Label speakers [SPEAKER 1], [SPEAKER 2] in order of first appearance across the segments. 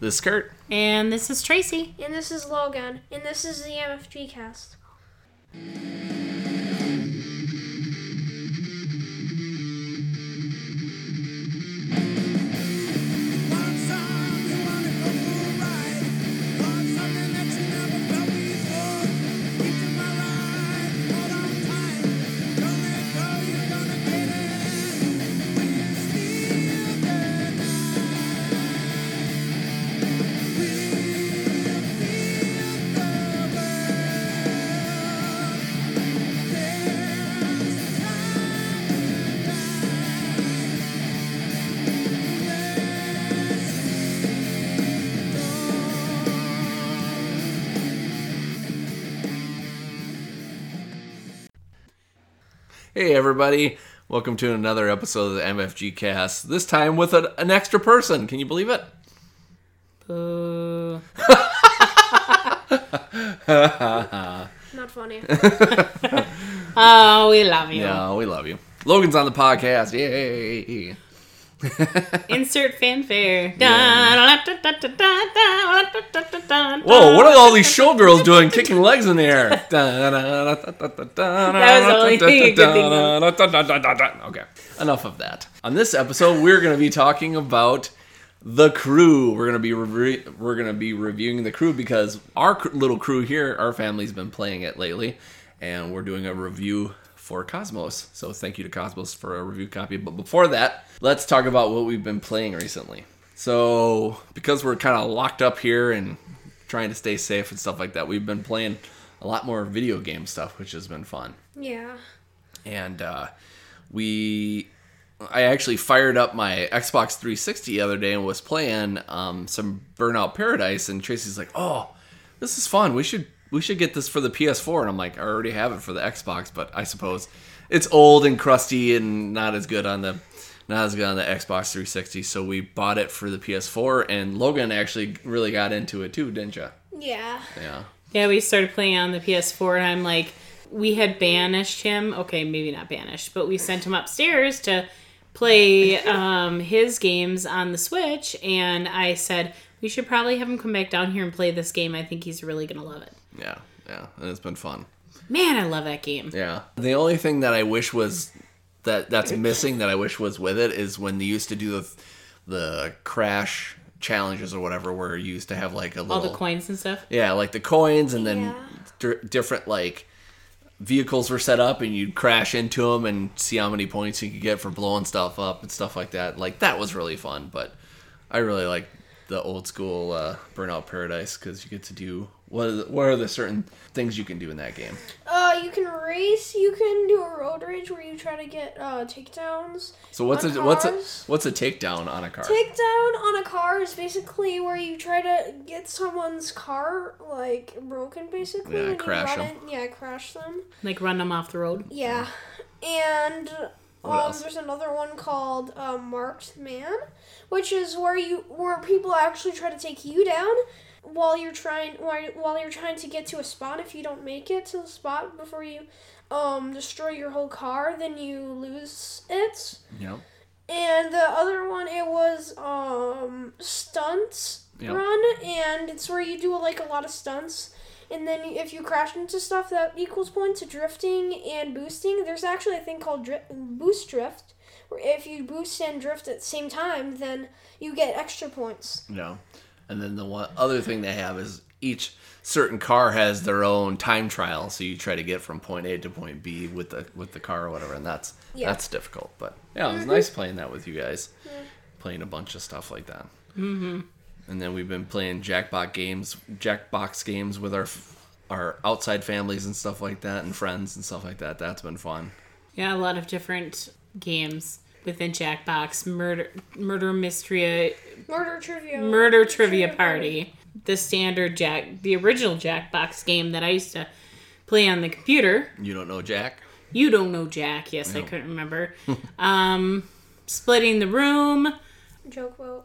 [SPEAKER 1] This is Kurt.
[SPEAKER 2] And this is Tracy.
[SPEAKER 3] And this is Logan. And this is the MFG cast.
[SPEAKER 1] Hey, everybody. Welcome to another episode of the MFG cast. This time with an, an extra person. Can you believe it?
[SPEAKER 2] Uh,
[SPEAKER 3] Not funny.
[SPEAKER 2] oh, we love you.
[SPEAKER 1] Yeah, we love you. Logan's on the podcast. Yay.
[SPEAKER 2] Insert fanfare.
[SPEAKER 1] Whoa,
[SPEAKER 2] Whoa,
[SPEAKER 1] what are all these showgirls doing kicking legs in the air?
[SPEAKER 2] was the only thing you could think
[SPEAKER 1] Okay, enough of that. On this episode, we're going to be talking about the crew. We're going to be re- we're going to be reviewing the crew because our cr- little crew here, our family's been playing it lately, and we're doing a review for Cosmos. So thank you to Cosmos for a review copy. But before that, let's talk about what we've been playing recently. So because we're kind of locked up here and trying to stay safe and stuff like that, we've been playing a lot more video game stuff, which has been fun
[SPEAKER 3] yeah.
[SPEAKER 1] and uh, we I actually fired up my Xbox 360 the other day and was playing um, some Burnout Paradise, and Tracy's like, "Oh, this is fun. We should we should get this for the PS4." And I'm like, "I already have it for the Xbox, but I suppose it's old and crusty and not as good on the." Not as good on the Xbox 360, so we bought it for the PS4, and Logan actually really got into it too, didn't you?
[SPEAKER 3] Yeah.
[SPEAKER 1] Yeah.
[SPEAKER 2] Yeah, we started playing on the PS4, and I'm like, we had banished him. Okay, maybe not banished, but we sent him upstairs to play um, his games on the Switch, and I said, we should probably have him come back down here and play this game. I think he's really going to love it.
[SPEAKER 1] Yeah. Yeah. And it's been fun.
[SPEAKER 2] Man, I love that game.
[SPEAKER 1] Yeah. The only thing that I wish was that that's missing that I wish was with it is when they used to do the the crash challenges or whatever where you used to have like a
[SPEAKER 2] All
[SPEAKER 1] little
[SPEAKER 2] the coins and stuff.
[SPEAKER 1] yeah like the coins and then
[SPEAKER 3] Yeah.
[SPEAKER 1] dir- different like vehicles were set up and you'd crash into them and see how many points you could get for blowing stuff up and stuff like that like that was really fun but i really like the old school uh, burnout paradise because you get to do what are, the, what are the certain things you can do in that game
[SPEAKER 3] Uh, you can race. You can do a road rage where you try to get uh, takedowns.
[SPEAKER 1] So what's
[SPEAKER 3] on
[SPEAKER 1] a what's a
[SPEAKER 3] cars.
[SPEAKER 1] what's a takedown on a car?
[SPEAKER 3] Takedown on a car is basically where you try to get someone's car like broken, basically.
[SPEAKER 1] Yeah,
[SPEAKER 3] when you
[SPEAKER 1] crash
[SPEAKER 3] run
[SPEAKER 1] 'em.
[SPEAKER 3] it- Yeah, crash them.
[SPEAKER 2] Like run them off the road.
[SPEAKER 3] Yeah, and
[SPEAKER 1] What
[SPEAKER 3] um,
[SPEAKER 1] else?
[SPEAKER 3] there's another one called uh, Marked Man, which is where you where people actually try to take you down while you're trying while, while you're trying to get to a spot. If you don't make it to the spot before you um, destroy your whole car, then you lose it.
[SPEAKER 1] Yep.
[SPEAKER 3] And the other one it was um, stunts
[SPEAKER 1] Yeah.
[SPEAKER 3] run, and it's where you do like a lot of stunts. And then if you crash into stuff, that equals points to drifting and boosting. There's actually a thing called dri- boost drift, where if you boost and drift at the same time, then you get extra points.
[SPEAKER 1] No. And then the one other thing they have is each certain car has their own time trial, so you try to get from point A to point B with the with the car or whatever, and that's
[SPEAKER 3] Yeah. Mm-hmm.
[SPEAKER 1] that's difficult. But yeah, it was nice playing that with you guys, playing a bunch of stuff like that. Mm-hmm. And then we've been playing Jackbox games, Jackbox games with our f- our outside families and stuff like that, and friends and stuff like that. That's been fun.
[SPEAKER 2] Yeah, a lot of different games within Jackbox. Murder, murder mystery,
[SPEAKER 3] Murder trivia.
[SPEAKER 2] murder trivia party. The standard Jack, the original Jackbox game that I used to play on the computer.
[SPEAKER 1] You don't know Jack?
[SPEAKER 2] You don't know Jack. Yes, I couldn't remember. um, splitting the room.
[SPEAKER 3] Joke vote.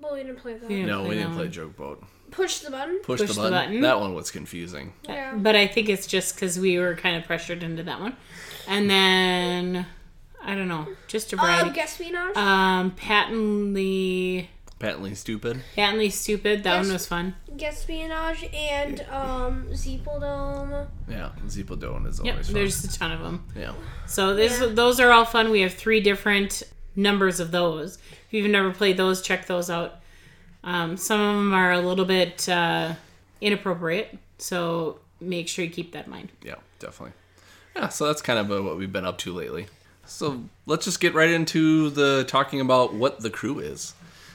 [SPEAKER 3] Well, we didn't play that.
[SPEAKER 2] Yeah.
[SPEAKER 1] No,
[SPEAKER 2] play
[SPEAKER 1] we
[SPEAKER 2] that
[SPEAKER 1] didn't play
[SPEAKER 2] one.
[SPEAKER 1] Joke Boat.
[SPEAKER 3] Push the button.
[SPEAKER 1] Push, the,
[SPEAKER 2] Push the
[SPEAKER 1] button.
[SPEAKER 2] button.
[SPEAKER 1] That one was confusing.
[SPEAKER 3] Yeah.
[SPEAKER 2] But I think it's just because we were kind of pressured into that one. And then, I don't know, just a
[SPEAKER 3] Uh,
[SPEAKER 2] variety.
[SPEAKER 3] guess we not.
[SPEAKER 2] Um, patently
[SPEAKER 1] Patently stupid.
[SPEAKER 2] Patently stupid. That one
[SPEAKER 3] Yes.
[SPEAKER 2] was fun.
[SPEAKER 3] Gaspionage and um, Zeepeldome.
[SPEAKER 1] Yeah, Zeepeldone is
[SPEAKER 2] Yep,
[SPEAKER 1] always fun.
[SPEAKER 2] there's a ton of them.
[SPEAKER 1] Yeah.
[SPEAKER 2] So this,
[SPEAKER 3] Yeah.
[SPEAKER 2] those are all fun. We have three different numbers of those. If you've never played those, check those out. Um, some of them are a little bit uh, inappropriate, so make sure you keep that in mind.
[SPEAKER 1] Yeah, definitely. Yeah, so that's kind of uh, what we've been up to lately. So let's just get right into the talking about what the crew is.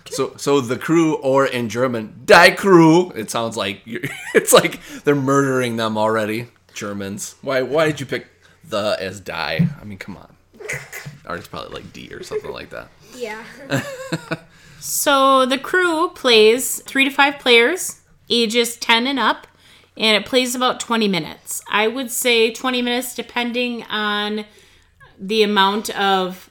[SPEAKER 1] So, so the crew, or in German, die Crew. It sounds like you're, it's like they're murdering them already. Germans, why? Why did you pick the as die? I mean, come on. Or it's probably like D or something like that.
[SPEAKER 3] Yeah.
[SPEAKER 2] So the crew plays three to five players, ages 10 and up, and it plays about 20 minutes. I would say 20 minutes depending on the amount of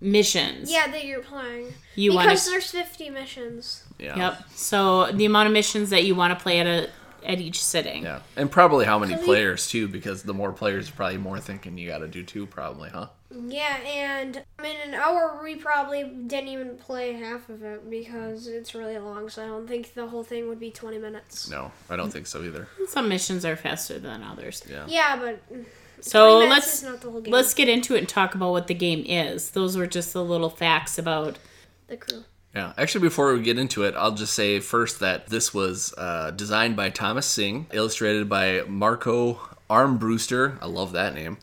[SPEAKER 2] missions.
[SPEAKER 3] yeah, that you're playing.
[SPEAKER 2] You wanna-
[SPEAKER 3] because there's 50 missions.
[SPEAKER 1] Yeah.
[SPEAKER 2] Yep. So the amount of missions that you want to play at a at each sitting.
[SPEAKER 1] Yeah, and probably how many
[SPEAKER 3] Can we-
[SPEAKER 1] players too, because the more players, probably more thinking you got to do too, probably, huh?
[SPEAKER 3] Yeah, and in an hour we probably didn't even play half of it because it's really long, so I don't think the whole thing would be 20 minutes.
[SPEAKER 1] No, I don't think so either.
[SPEAKER 2] Some missions are faster than others.
[SPEAKER 3] Yeah, but 20
[SPEAKER 2] So
[SPEAKER 3] minutes
[SPEAKER 2] let's
[SPEAKER 3] is not the whole game.
[SPEAKER 2] let's get into it and talk about what the game is. Those were just the little facts about
[SPEAKER 3] the crew.
[SPEAKER 1] Yeah. Actually, before we get into it, I'll just say first that this was uh, designed by Thomas Singh, illustrated by Marco Armbruster. I love that name.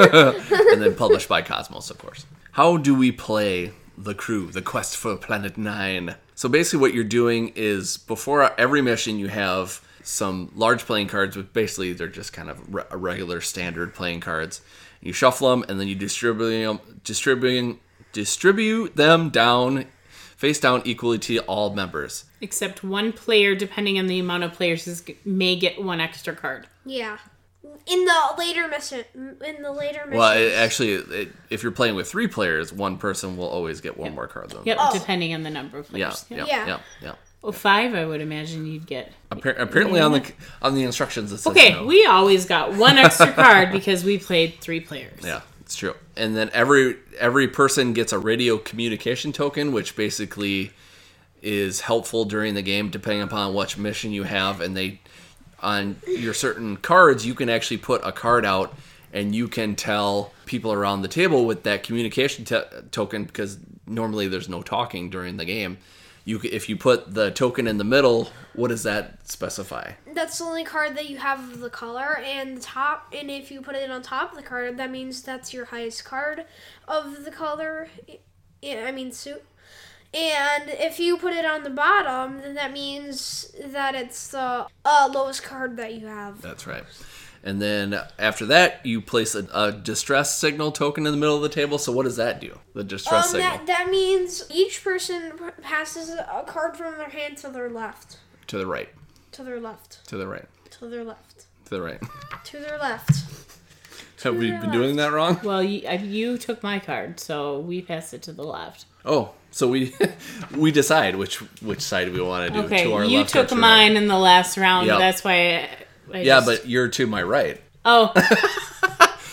[SPEAKER 1] and then published by Cosmos, of course. How do we play the crew, the quest for Planet Nine? So basically, what you're doing is before every mission, you have some large playing cards, which basically they're just kind of re- regular standard playing cards. You shuffle them, and then you distribute them, distributing, distribute them down, face down equally to all members.
[SPEAKER 2] except one player depending on the amount of players is, may get one extra card.
[SPEAKER 3] Yeah. In the later mission, in the later mission.
[SPEAKER 1] Well, it, actually, it, if you're playing with three players, one person will always get one more card. Than
[SPEAKER 2] Yep,
[SPEAKER 3] Oh.
[SPEAKER 2] depending on the number of
[SPEAKER 1] Yeah,
[SPEAKER 2] players.
[SPEAKER 1] yeah, yeah,
[SPEAKER 3] Yeah.
[SPEAKER 1] yeah.
[SPEAKER 2] Well, five, I would imagine you'd get.
[SPEAKER 1] Appar- apparently, on the on the instructions, it says
[SPEAKER 2] Okay,
[SPEAKER 1] no.
[SPEAKER 2] we always got one extra card because we played three players.
[SPEAKER 1] Yeah, it's true. And then every every person gets a radio communication token, which basically is helpful during the game, depending upon which mission you have. And they on your certain cards, you can actually put a card out, and you can tell people around the table with that communication t- token because normally there's no talking during the game. You, c- if you put the token in the middle, what does that specify?
[SPEAKER 3] That's the only card that you have of the color and the top. And if you put it on top of the card, that means that's your highest card of the color. I I mean suit. And if you put it on the bottom, then that means that it's the uh, lowest card that you have.
[SPEAKER 1] That's right. And then after that, you place a, a distress signal token in the middle of the table. So what does that do? The
[SPEAKER 3] Um,
[SPEAKER 1] distress signal
[SPEAKER 3] that that means each person p- passes a card from their hand to their left,
[SPEAKER 1] to the right,
[SPEAKER 3] to their left,
[SPEAKER 1] to the right,
[SPEAKER 3] to their left,
[SPEAKER 1] to the right.
[SPEAKER 3] to their left.
[SPEAKER 1] Have we
[SPEAKER 3] the
[SPEAKER 1] been doing that wrong?
[SPEAKER 2] Well, you, I- you took my card, so we passed it to the left.
[SPEAKER 1] Oh, so we we decide which which side we want to do.
[SPEAKER 2] Okay,
[SPEAKER 1] to our
[SPEAKER 2] you
[SPEAKER 1] left or
[SPEAKER 2] took
[SPEAKER 1] to our
[SPEAKER 2] mine in the last round.
[SPEAKER 1] Yep.
[SPEAKER 2] That's why. I, I
[SPEAKER 1] Right. Yeah,
[SPEAKER 2] just-
[SPEAKER 1] but you're to my right.
[SPEAKER 2] oh,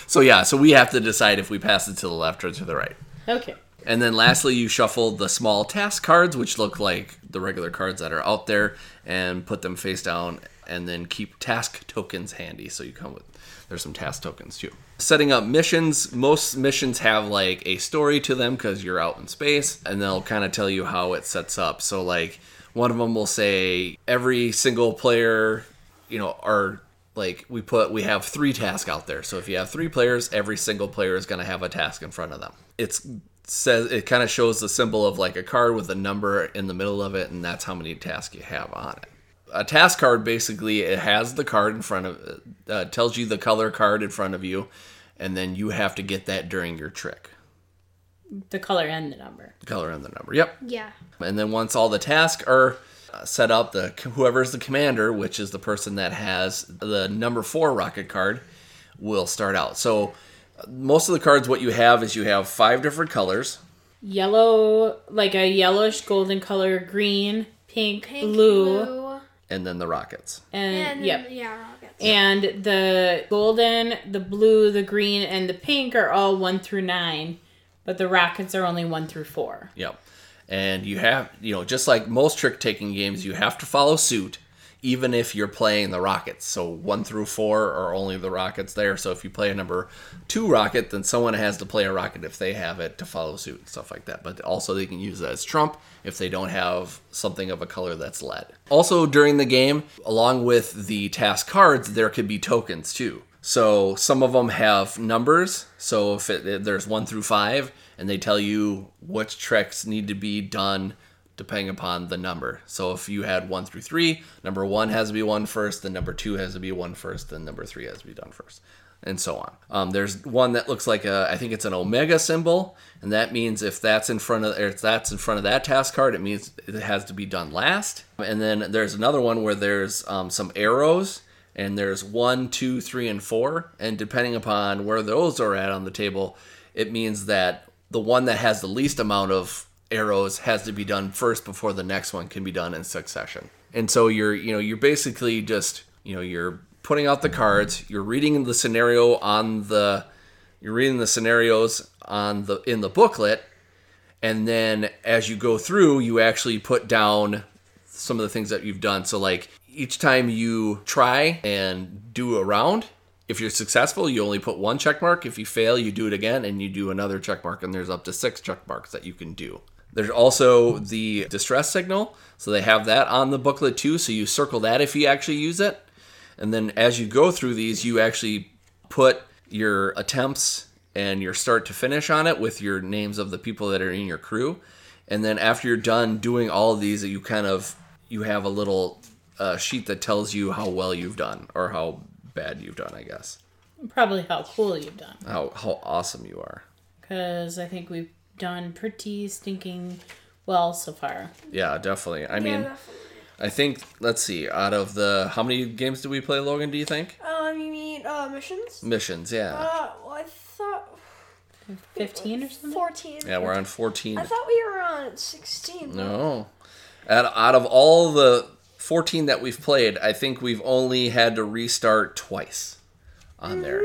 [SPEAKER 1] So yeah, so we have to decide if we pass it to the left or to the right.
[SPEAKER 2] okay.
[SPEAKER 1] And then lastly, you shuffle the small task cards, which look like the regular cards that are out there, and put them face down, and then keep task tokens handy. So you come with, there's some task tokens too. Setting up missions. Most missions have like a story to them because you're out in space, and they'll kind of tell you how it sets up. So, like, one of them will say every single player you know are like we put we have three tasks out there so if you have three players every single player is going to have a task in front of them it's says it kind of shows the symbol of like a card with a number in the middle of it and that's how many tasks you have on it a task card basically it has the card in front of uh, tells you the color card in front of you and then you have to get that during your trick
[SPEAKER 2] The color and the number.
[SPEAKER 1] the color and the number yep
[SPEAKER 3] Yeah.
[SPEAKER 1] and then once all the tasks are uh, set up, the whoever's the commander, which is the person that has the number four rocket card, will start out. So uh, most of the cards, what you have is you have five different colors.
[SPEAKER 2] Yellow, like a yellowish golden color, green, pink,
[SPEAKER 3] Pink,
[SPEAKER 2] blue,
[SPEAKER 3] blue,
[SPEAKER 1] And then the rockets.
[SPEAKER 2] and,
[SPEAKER 3] and
[SPEAKER 2] yep.
[SPEAKER 3] yeah, rockets.
[SPEAKER 2] And the golden, the blue, the green, and the pink are all one through nine, but the rockets are only one through four.
[SPEAKER 1] Yep. And you have, you know, just like most trick taking games, you have to follow suit, even if you're playing the rockets. So one through four are only the rockets there. So if you play a number two rocket, then someone has to play a rocket if they have it to follow suit and stuff like that. But also, they can use that as trump if they don't have something of a color that's lead. Also, during the game, along with the task cards, there could be tokens too. So some of them have numbers. So if, it, if there's one through five, and they tell you which tricks need to be done depending upon the number. So if you had one through three, number one has to be one first, then number two has to be one first, then number three has to be done first, and so on. Um, there's one that looks like a, I think it's an omega symbol, and that means if that's in front of, or if that's in front of that task card, it means it has to be done last. And then there's another one where there's um, some arrows and there's one, two, three, and four. And depending upon where those are at on the table, it means that the one that has the least amount of arrows has to be done first before the next one can be done in succession. And so you're, you know, you're basically just, you know, you're putting out the cards, you're reading the scenario on the, you're reading the scenarios on the in the booklet, and then as you go through, you actually put down some of the things that you've done. So like each time you try and do a round, if you're successful, you only put one check mark. If you fail, you do it again and you do another check mark, and there's up to six check marks that you can do. There's also the distress signal, so they have that on the booklet too, so you circle that if you actually use it. And then as you go through these, you actually put your attempts and your start to finish on it with your names of the people that are in your crew. And then after you're done doing all of these, you kind of you have a little uh, sheet that tells you how well you've done or how bad you've done, I guess.
[SPEAKER 2] Probably how cool you've done.
[SPEAKER 1] How how awesome you are.
[SPEAKER 2] Because I think we've done pretty stinking well so far.
[SPEAKER 1] Yeah, definitely. I mean,
[SPEAKER 3] definitely.
[SPEAKER 1] I think let's see. Out of the how many games did we play, Logan? Do you think
[SPEAKER 3] Um, you mean uh, missions?
[SPEAKER 1] missions? Yeah,
[SPEAKER 3] Uh, well, I thought
[SPEAKER 2] 15 or something?
[SPEAKER 3] 14.
[SPEAKER 1] yeah, we're on fourteen.
[SPEAKER 3] I thought we were on 16.
[SPEAKER 1] No, out out of all the fourteen that we've played, I think we've only had to restart twice on there,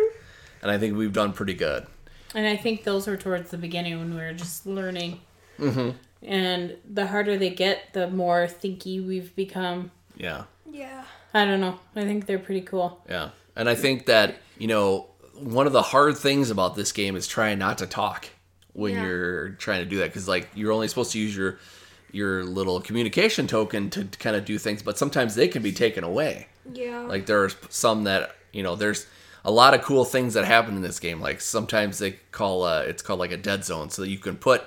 [SPEAKER 1] and I think we've done pretty good.
[SPEAKER 2] And I think those were towards the beginning when we were just learning. Mm-hmm. And the harder they get, the more thinky we've become.
[SPEAKER 1] Yeah.
[SPEAKER 3] Yeah.
[SPEAKER 2] I don't know. I think they're pretty cool.
[SPEAKER 1] Yeah. And I think that, you know, one of the hard things about this game is trying not to talk when
[SPEAKER 3] Yeah.
[SPEAKER 1] you're trying to do that cuz like you're only supposed to use your your little communication token to kind of do things, but sometimes they can be taken away.
[SPEAKER 3] Yeah.
[SPEAKER 1] Like there's some that, you know, there's a lot of cool things that happen in this game. Like sometimes they call uh it's called like a dead zone so that you can put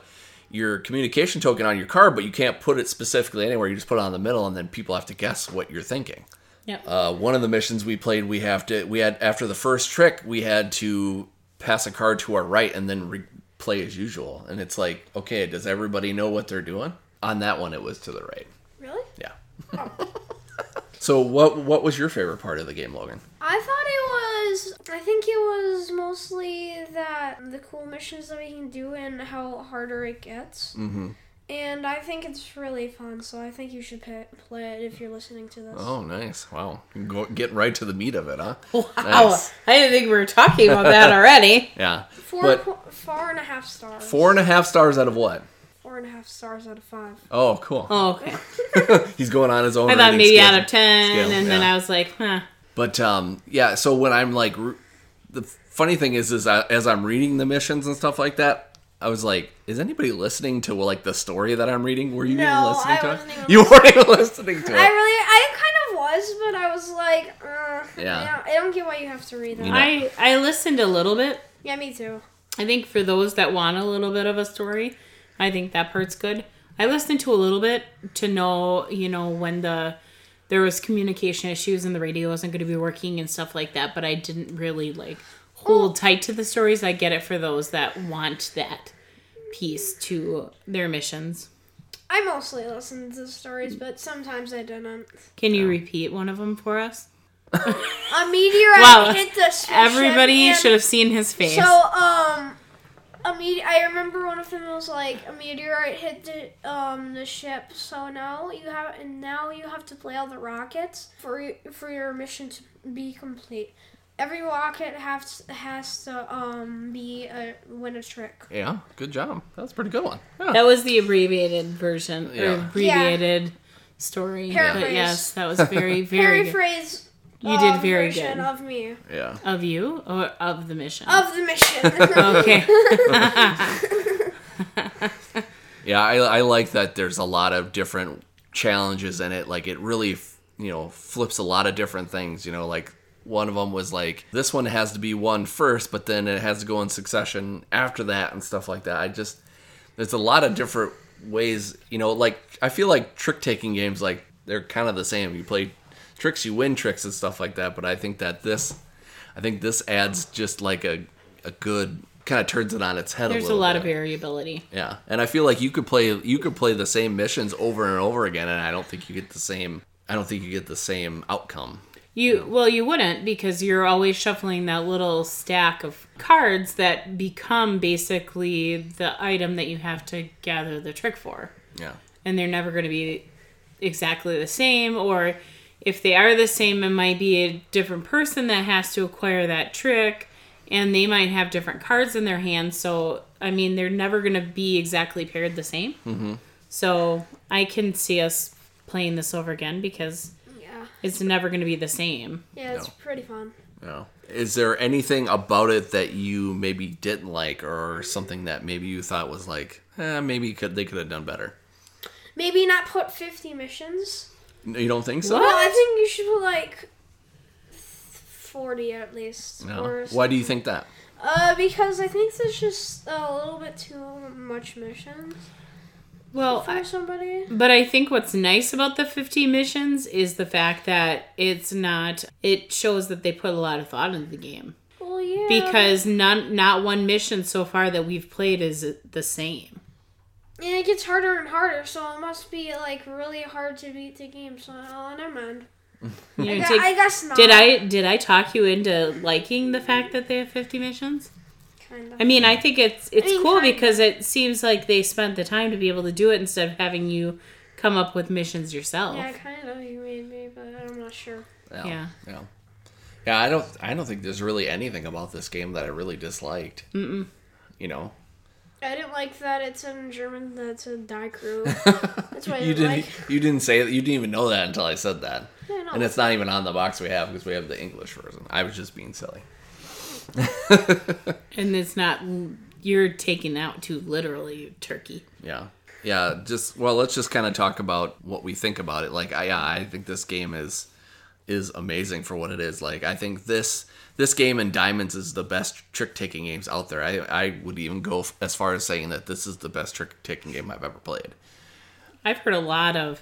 [SPEAKER 1] your communication token on your card, but you can't put it specifically anywhere. You just put it on the middle and then people have to guess what you're thinking
[SPEAKER 2] Yep.
[SPEAKER 1] uh, one of the missions we played we have to we had after the first trick we had to pass a card to our right and then re- play as usual and it's like okay does everybody know what they're doing on that one it was to the right
[SPEAKER 3] really?
[SPEAKER 1] yeah so what what was your favorite part of the game logan
[SPEAKER 3] I thought it was. I think it was mostly that the cool missions that we can do and how harder it gets. Mm-hmm. And I think it's really fun, so I think you should pa- play it if you're listening to this.
[SPEAKER 1] oh nice wow Go, getting right to the meat of it huh
[SPEAKER 2] wow.
[SPEAKER 1] nice.
[SPEAKER 2] Oh, I didn't think we were talking about that already.
[SPEAKER 1] yeah
[SPEAKER 3] Four,
[SPEAKER 1] but
[SPEAKER 3] po- four and a half stars.
[SPEAKER 1] four and a half stars out of what
[SPEAKER 3] Four and a half stars out of five.
[SPEAKER 1] oh cool
[SPEAKER 2] Oh, okay.
[SPEAKER 1] he's going on his own
[SPEAKER 2] I thought
[SPEAKER 1] rating
[SPEAKER 2] maybe
[SPEAKER 1] scale.
[SPEAKER 2] out of 10,
[SPEAKER 1] Scale,
[SPEAKER 2] and then
[SPEAKER 1] yeah.
[SPEAKER 2] I was like, huh.
[SPEAKER 1] But um, yeah, so when I'm like, r the funny thing is, is I, as I'm reading the missions and stuff like that, I was like, is anybody listening to like the story that I'm reading? Were you even
[SPEAKER 3] No,
[SPEAKER 1] listening
[SPEAKER 3] I
[SPEAKER 1] to
[SPEAKER 3] wasn't
[SPEAKER 1] it?
[SPEAKER 3] even
[SPEAKER 1] you weren't even listening to
[SPEAKER 3] I
[SPEAKER 1] it.
[SPEAKER 3] really, I kind of was, but I was like, uh,
[SPEAKER 1] Yeah.
[SPEAKER 3] I, don't, I don't get why you have to read that.
[SPEAKER 1] You know-
[SPEAKER 2] I, I listened a little bit.
[SPEAKER 3] yeah, me too.
[SPEAKER 2] I think for those that want a little bit of a story, I think that part's good. I listened to a little bit to know, you know, when the there was communication issues and the radio wasn't going to be working and stuff like that, but I didn't really like hold tight to the stories. I get it for those that want that piece to their missions.
[SPEAKER 3] I mostly listen to stories, but sometimes I don't.
[SPEAKER 2] Can you repeat one of them for us?
[SPEAKER 3] A meteorite
[SPEAKER 2] Wow.
[SPEAKER 3] hit the spaceship.
[SPEAKER 2] Everybody
[SPEAKER 3] and-
[SPEAKER 2] should have san his face.
[SPEAKER 3] So, um, a mete- I remember one of them was like a meteorite hit the um the ship. So now you have and now you have to play all the rockets for y- for your mission to be complete. Every rocket has has to um be a win a trick.
[SPEAKER 1] Yeah, good job. That was a pretty good one. Yeah.
[SPEAKER 2] That was the abbreviated version, or
[SPEAKER 1] Yeah.
[SPEAKER 2] abbreviated story. But
[SPEAKER 3] Paraphrase.
[SPEAKER 2] yes, that was very, very good.
[SPEAKER 3] Paraphrase.
[SPEAKER 2] You did
[SPEAKER 3] um,
[SPEAKER 2] very
[SPEAKER 3] version
[SPEAKER 2] good.
[SPEAKER 3] of me
[SPEAKER 1] yeah.
[SPEAKER 2] Of you or of the mission?
[SPEAKER 3] of the mission.
[SPEAKER 2] okay.
[SPEAKER 1] Yeah, I, I like that there's a lot of different challenges in it. Like, it really, f- you know, flips a lot of different things. You know, like one of them was like, this one has to be won first, but then it has to go in succession after that and stuff like that. I just, there's a lot of different ways, you know, like, I feel like trick taking games, like, they're kind of the same. You play tricks, you win tricks and stuff like that. But I think that this, I think this adds just like a, a good, kind of turns it on its head
[SPEAKER 2] There's
[SPEAKER 1] a
[SPEAKER 2] a
[SPEAKER 1] little
[SPEAKER 2] lot
[SPEAKER 1] bit.
[SPEAKER 2] of variability.
[SPEAKER 1] Yeah, and I feel like you could play you could play the same missions over and over again, and I don't think you get the same. I don't think you get the same outcome.
[SPEAKER 2] You well, you wouldn't because you're always shuffling that little stack of cards that become basically the item that you have to gather the trick for.
[SPEAKER 1] Yeah,
[SPEAKER 2] and they're never going to be exactly the same or if they are the same it might be a different person that has to acquire that trick and they might have different cards in their hand so i mean they're never going to be exactly paired the same mm-hmm. so i can see us playing this over again because
[SPEAKER 3] yeah,
[SPEAKER 2] it's never going to be the same
[SPEAKER 3] yeah, it's
[SPEAKER 1] No.
[SPEAKER 3] pretty fun.
[SPEAKER 1] yeah. Is there anything about it that you maybe didn't like, or something that maybe you thought was like, eh, maybe could they could have done better?
[SPEAKER 3] Maybe not put fifty missions.
[SPEAKER 1] No, You don't think so?
[SPEAKER 3] Well, I think you should put like forty at least.
[SPEAKER 1] No.
[SPEAKER 3] or
[SPEAKER 1] Why do you think that?
[SPEAKER 3] Uh, because I think there's just a little bit too much missions
[SPEAKER 2] well
[SPEAKER 3] for somebody.
[SPEAKER 2] But I think what's nice about the 50 missions is the fact that it's not, it shows that they put a lot of thought into the game.
[SPEAKER 3] Well, yeah.
[SPEAKER 2] Because none, not one mission so far that we've played is the same.
[SPEAKER 3] and it gets harder and harder, so it must be like really hard to beat the game. So oh, never mind.
[SPEAKER 2] You know,
[SPEAKER 3] Hmm. Yeah,
[SPEAKER 2] take-
[SPEAKER 3] I guess not.
[SPEAKER 2] did I did I talk you into liking the fact that they have 50 missions?
[SPEAKER 3] Kind of.
[SPEAKER 2] I mean, I think it's it's
[SPEAKER 3] mean,
[SPEAKER 2] cool
[SPEAKER 3] kinda.
[SPEAKER 2] because it seems like they spent the time to be able to do it instead of having you come up with missions yourself.
[SPEAKER 3] Yeah, kind of. You made me, but I'm not sure.
[SPEAKER 1] Yeah.
[SPEAKER 2] Yeah.
[SPEAKER 1] Yeah. Yeah, I don't. I don't think there's really anything about this game that I really disliked. Mm-mm. You know,
[SPEAKER 3] I didn't like that it's in German. That's a die crew. That's why I
[SPEAKER 1] you didn't.
[SPEAKER 3] didn't,
[SPEAKER 1] e-,
[SPEAKER 3] like.
[SPEAKER 1] You didn't say. You didn't even know that until I said that.
[SPEAKER 3] Yeah, no.
[SPEAKER 1] And it's not even on the box we have because we have the English version. I was just being silly.
[SPEAKER 2] And it's not you're taking out too literally turkey.
[SPEAKER 1] Yeah. Yeah, just well, let's just kind of talk about what we think about it. Like I yeah, I think this game is is amazing for what it is. Like I think this this game and Diamonds is the best trick-taking games out there. I I would even go f- as far as saying that this is the best trick-taking game I've ever played.
[SPEAKER 2] I've heard a lot of,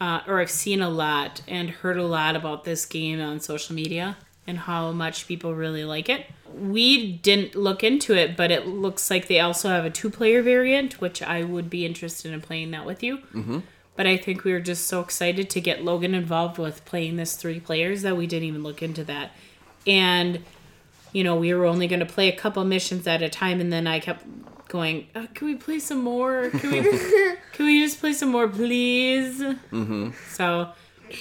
[SPEAKER 2] uh, or I've seen a lot and heard a lot about this game on social media and how much people really like it. We didn't look into it, but it looks like they also have a two player variant, which I would be interested in playing that with you. Mm-hmm. But I think we were just so excited to get Logan involved with playing this three players that we didn't even look into that. And you know, we were only going to play a couple missions at a time, and then I kept going, oh, "Can we play some more? Can we? can we just play some more, please?" Mm-hmm. So,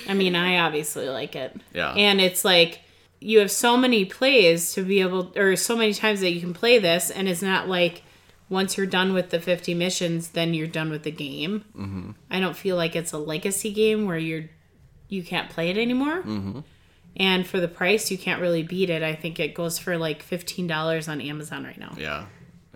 [SPEAKER 2] I mean, I obviously like it,
[SPEAKER 1] Yeah.
[SPEAKER 2] and it's like you have so many plays to be able, or so many times that you can play this, and it's not like once you're done with the 50 missions, then you're done with the game. Mm-hmm. I don't feel like it's a legacy game where you're you can't play it anymore and for the price you can't really beat it i think it goes for like $15 on amazon right now
[SPEAKER 1] yeah.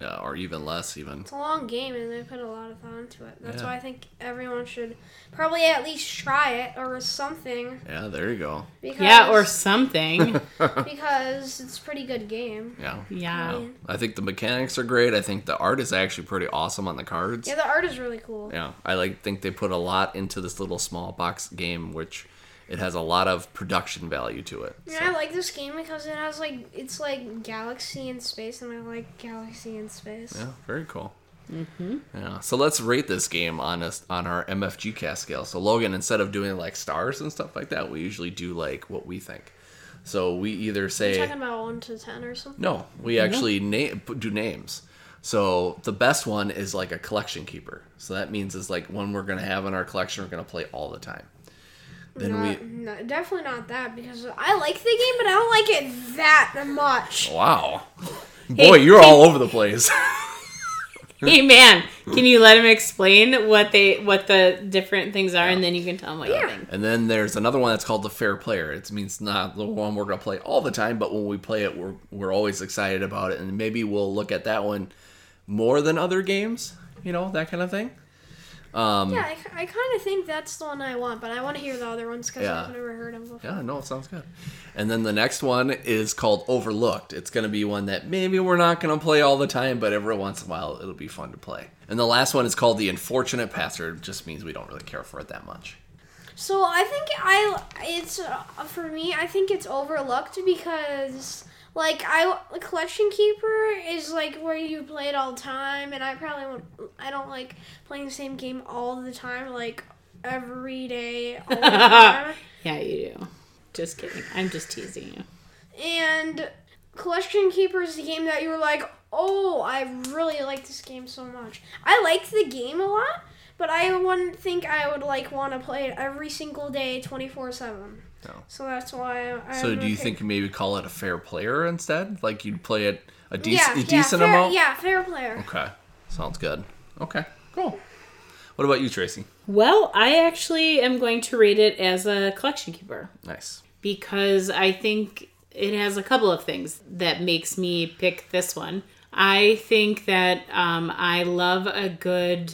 [SPEAKER 1] Yeah, or even less even.
[SPEAKER 3] It's a long game, and they put a lot of thought into it. That's
[SPEAKER 1] Yeah.
[SPEAKER 3] why I think everyone should probably at least try it or something.
[SPEAKER 1] Yeah, there you go.
[SPEAKER 3] Because,
[SPEAKER 2] yeah or something
[SPEAKER 3] because it's a pretty good game.
[SPEAKER 1] Yeah.
[SPEAKER 2] yeah
[SPEAKER 1] Yeah. I think the mechanics are great. I think the art is actually pretty awesome on the cards.
[SPEAKER 3] Yeah, the art is really cool.
[SPEAKER 1] Yeah, I like think they put a lot into this little small box game, which it has a lot of production value to it.
[SPEAKER 3] Yeah, I like this game because it has like it's like galaxy in space, and I like galaxy in space.
[SPEAKER 1] Yeah, very cool. Mm-hmm. Yeah, so let's rate this game on us on our MFG cast scale. So Logan, instead of doing like stars and stuff like that, we usually do like what we think. So we either say
[SPEAKER 3] Talking about one to ten or something.
[SPEAKER 1] No, we actually na- p- do names. So the best one is like a collection keeper. So that means it's like one we're gonna have in our collection. We're gonna play all the time. Then
[SPEAKER 3] Not-
[SPEAKER 1] we.
[SPEAKER 3] not- definitely not that because I like the game, but I don't like it that much.
[SPEAKER 1] Oh, Wow. Boy, you're all over the place.
[SPEAKER 2] hey man, can you let him explain what they what the different things are, and then you can tell him what you
[SPEAKER 3] Yeah.
[SPEAKER 2] think.
[SPEAKER 1] and then there's another one that's called the fair player. It means not the one we're gonna play all the time, but when we play it, we're we're always excited about it, and maybe we'll look at that one more than other games. You know that kind of thing. Um,
[SPEAKER 3] Yeah, I, I kind of think that's the one I want, but I want to hear the other ones because
[SPEAKER 1] Yeah.
[SPEAKER 3] I've never heard of them before.
[SPEAKER 1] Yeah, no, it sounds good. And then the next one is called Overlooked. It's going to be one that maybe we're not going to play all the time, but every once in a while it'll be fun to play. And the last one is called The Unfortunate Passer. It just means we don't really care for it that much.
[SPEAKER 3] So I think I it's uh, for me. I think it's overlooked because like I collection keeper is like where you play it all the time, and I probably won't. I don't like playing the same game all the time, like every day all the time.
[SPEAKER 2] Yeah, you do. Just kidding. I'm just teasing you.
[SPEAKER 3] And collection keeper is the game that you were like, oh, I really like this game so much. I liked the game a lot, but I wouldn't think I would like want to play it every single day, twenty four seven.
[SPEAKER 1] No.
[SPEAKER 3] So that's why. I- I
[SPEAKER 1] So, do you
[SPEAKER 3] pick-
[SPEAKER 1] think you maybe call it a fair player instead? Like you'd play it a, dec-
[SPEAKER 3] yeah,
[SPEAKER 1] a
[SPEAKER 3] yeah,
[SPEAKER 1] decent
[SPEAKER 3] fair,
[SPEAKER 1] amount?
[SPEAKER 3] Yeah, fair player.
[SPEAKER 1] Okay, sounds good. Okay, cool. What about you, Tracy?
[SPEAKER 2] Well, I actually am going to rate it as a collection keeper
[SPEAKER 1] Nice.
[SPEAKER 2] because I think it has a couple of things that makes me pick this one. I think that um, I love a good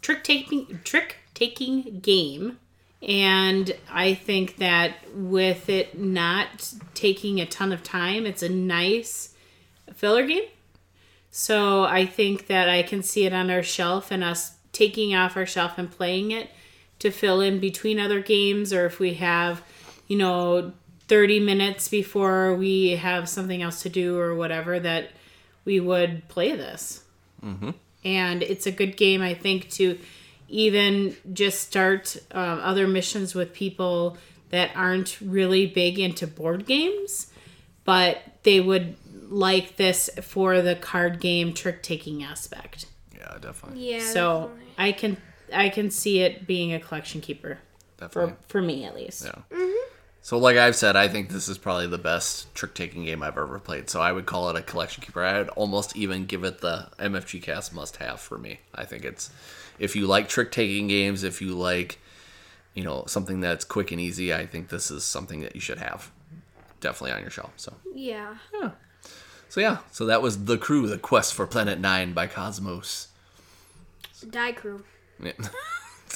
[SPEAKER 2] trick taking trick taking game, and I think that with it not taking a ton of time, it's a nice filler game. So I think that I can see it on our shelf and us taking off our shelf and playing it to fill in between other games or if we have, you know, 30 minutes before we have something else to do or whatever that we would play this. And it's a good game, I think, to even just start um, other missions with people that aren't really big into board games but they would like this for the card game trick taking aspect.
[SPEAKER 1] Yeah, definitely.
[SPEAKER 3] Yeah.
[SPEAKER 2] so I can I can see it being a collection keeper for
[SPEAKER 1] Definitely.
[SPEAKER 2] for me at least.
[SPEAKER 1] Yeah. So, like I've said, I think this is probably the best trick taking game I've ever played. So, I would call it a collection keeper. I would almost even give it the MFG cast must have for me. I think it's, if you like trick taking games, if you like, you know, something that's quick and easy, I think this is something that you should have definitely on your shelf. So,
[SPEAKER 3] yeah.
[SPEAKER 1] so yeah. So, that was The Crew, The Quest for Planet Nine by Cosmos.
[SPEAKER 3] Die crew.
[SPEAKER 1] Yeah.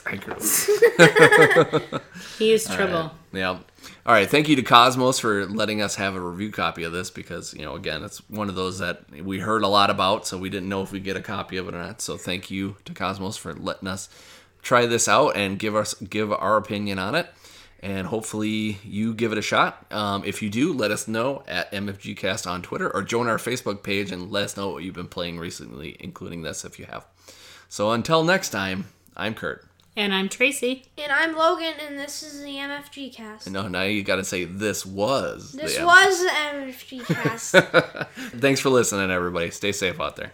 [SPEAKER 1] I agree.
[SPEAKER 2] He is trouble.
[SPEAKER 1] Yeah. All right. Thank you to Cosmos for letting us have a review copy of this because, you know, again, it's one of those that we heard a lot about, so we didn't know if we'd get a copy of it or not. So thank you to Cosmos for letting us try this out and give us give our opinion on it. And hopefully you give it a shot. Um, if you do, let us know at MFGcast on Twitter or join our Facebook page and let us know what you've been playing recently, including this if you have. So until next time, I'm Kurt.
[SPEAKER 2] And I'm Tracy.
[SPEAKER 3] And I'm Logan, and this is the MFG cast.
[SPEAKER 1] No, now you got to say this was. the
[SPEAKER 3] This
[SPEAKER 1] end.
[SPEAKER 3] was the MFG cast.
[SPEAKER 1] Thanks for listening, everybody. Stay safe out there.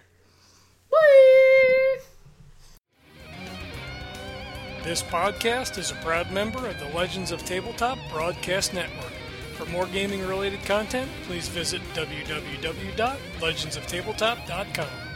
[SPEAKER 4] This podcast is a proud member of the Legends of Tabletop Broadcast Network. For more gaming related content, please visit www.legendsoftabletop.com.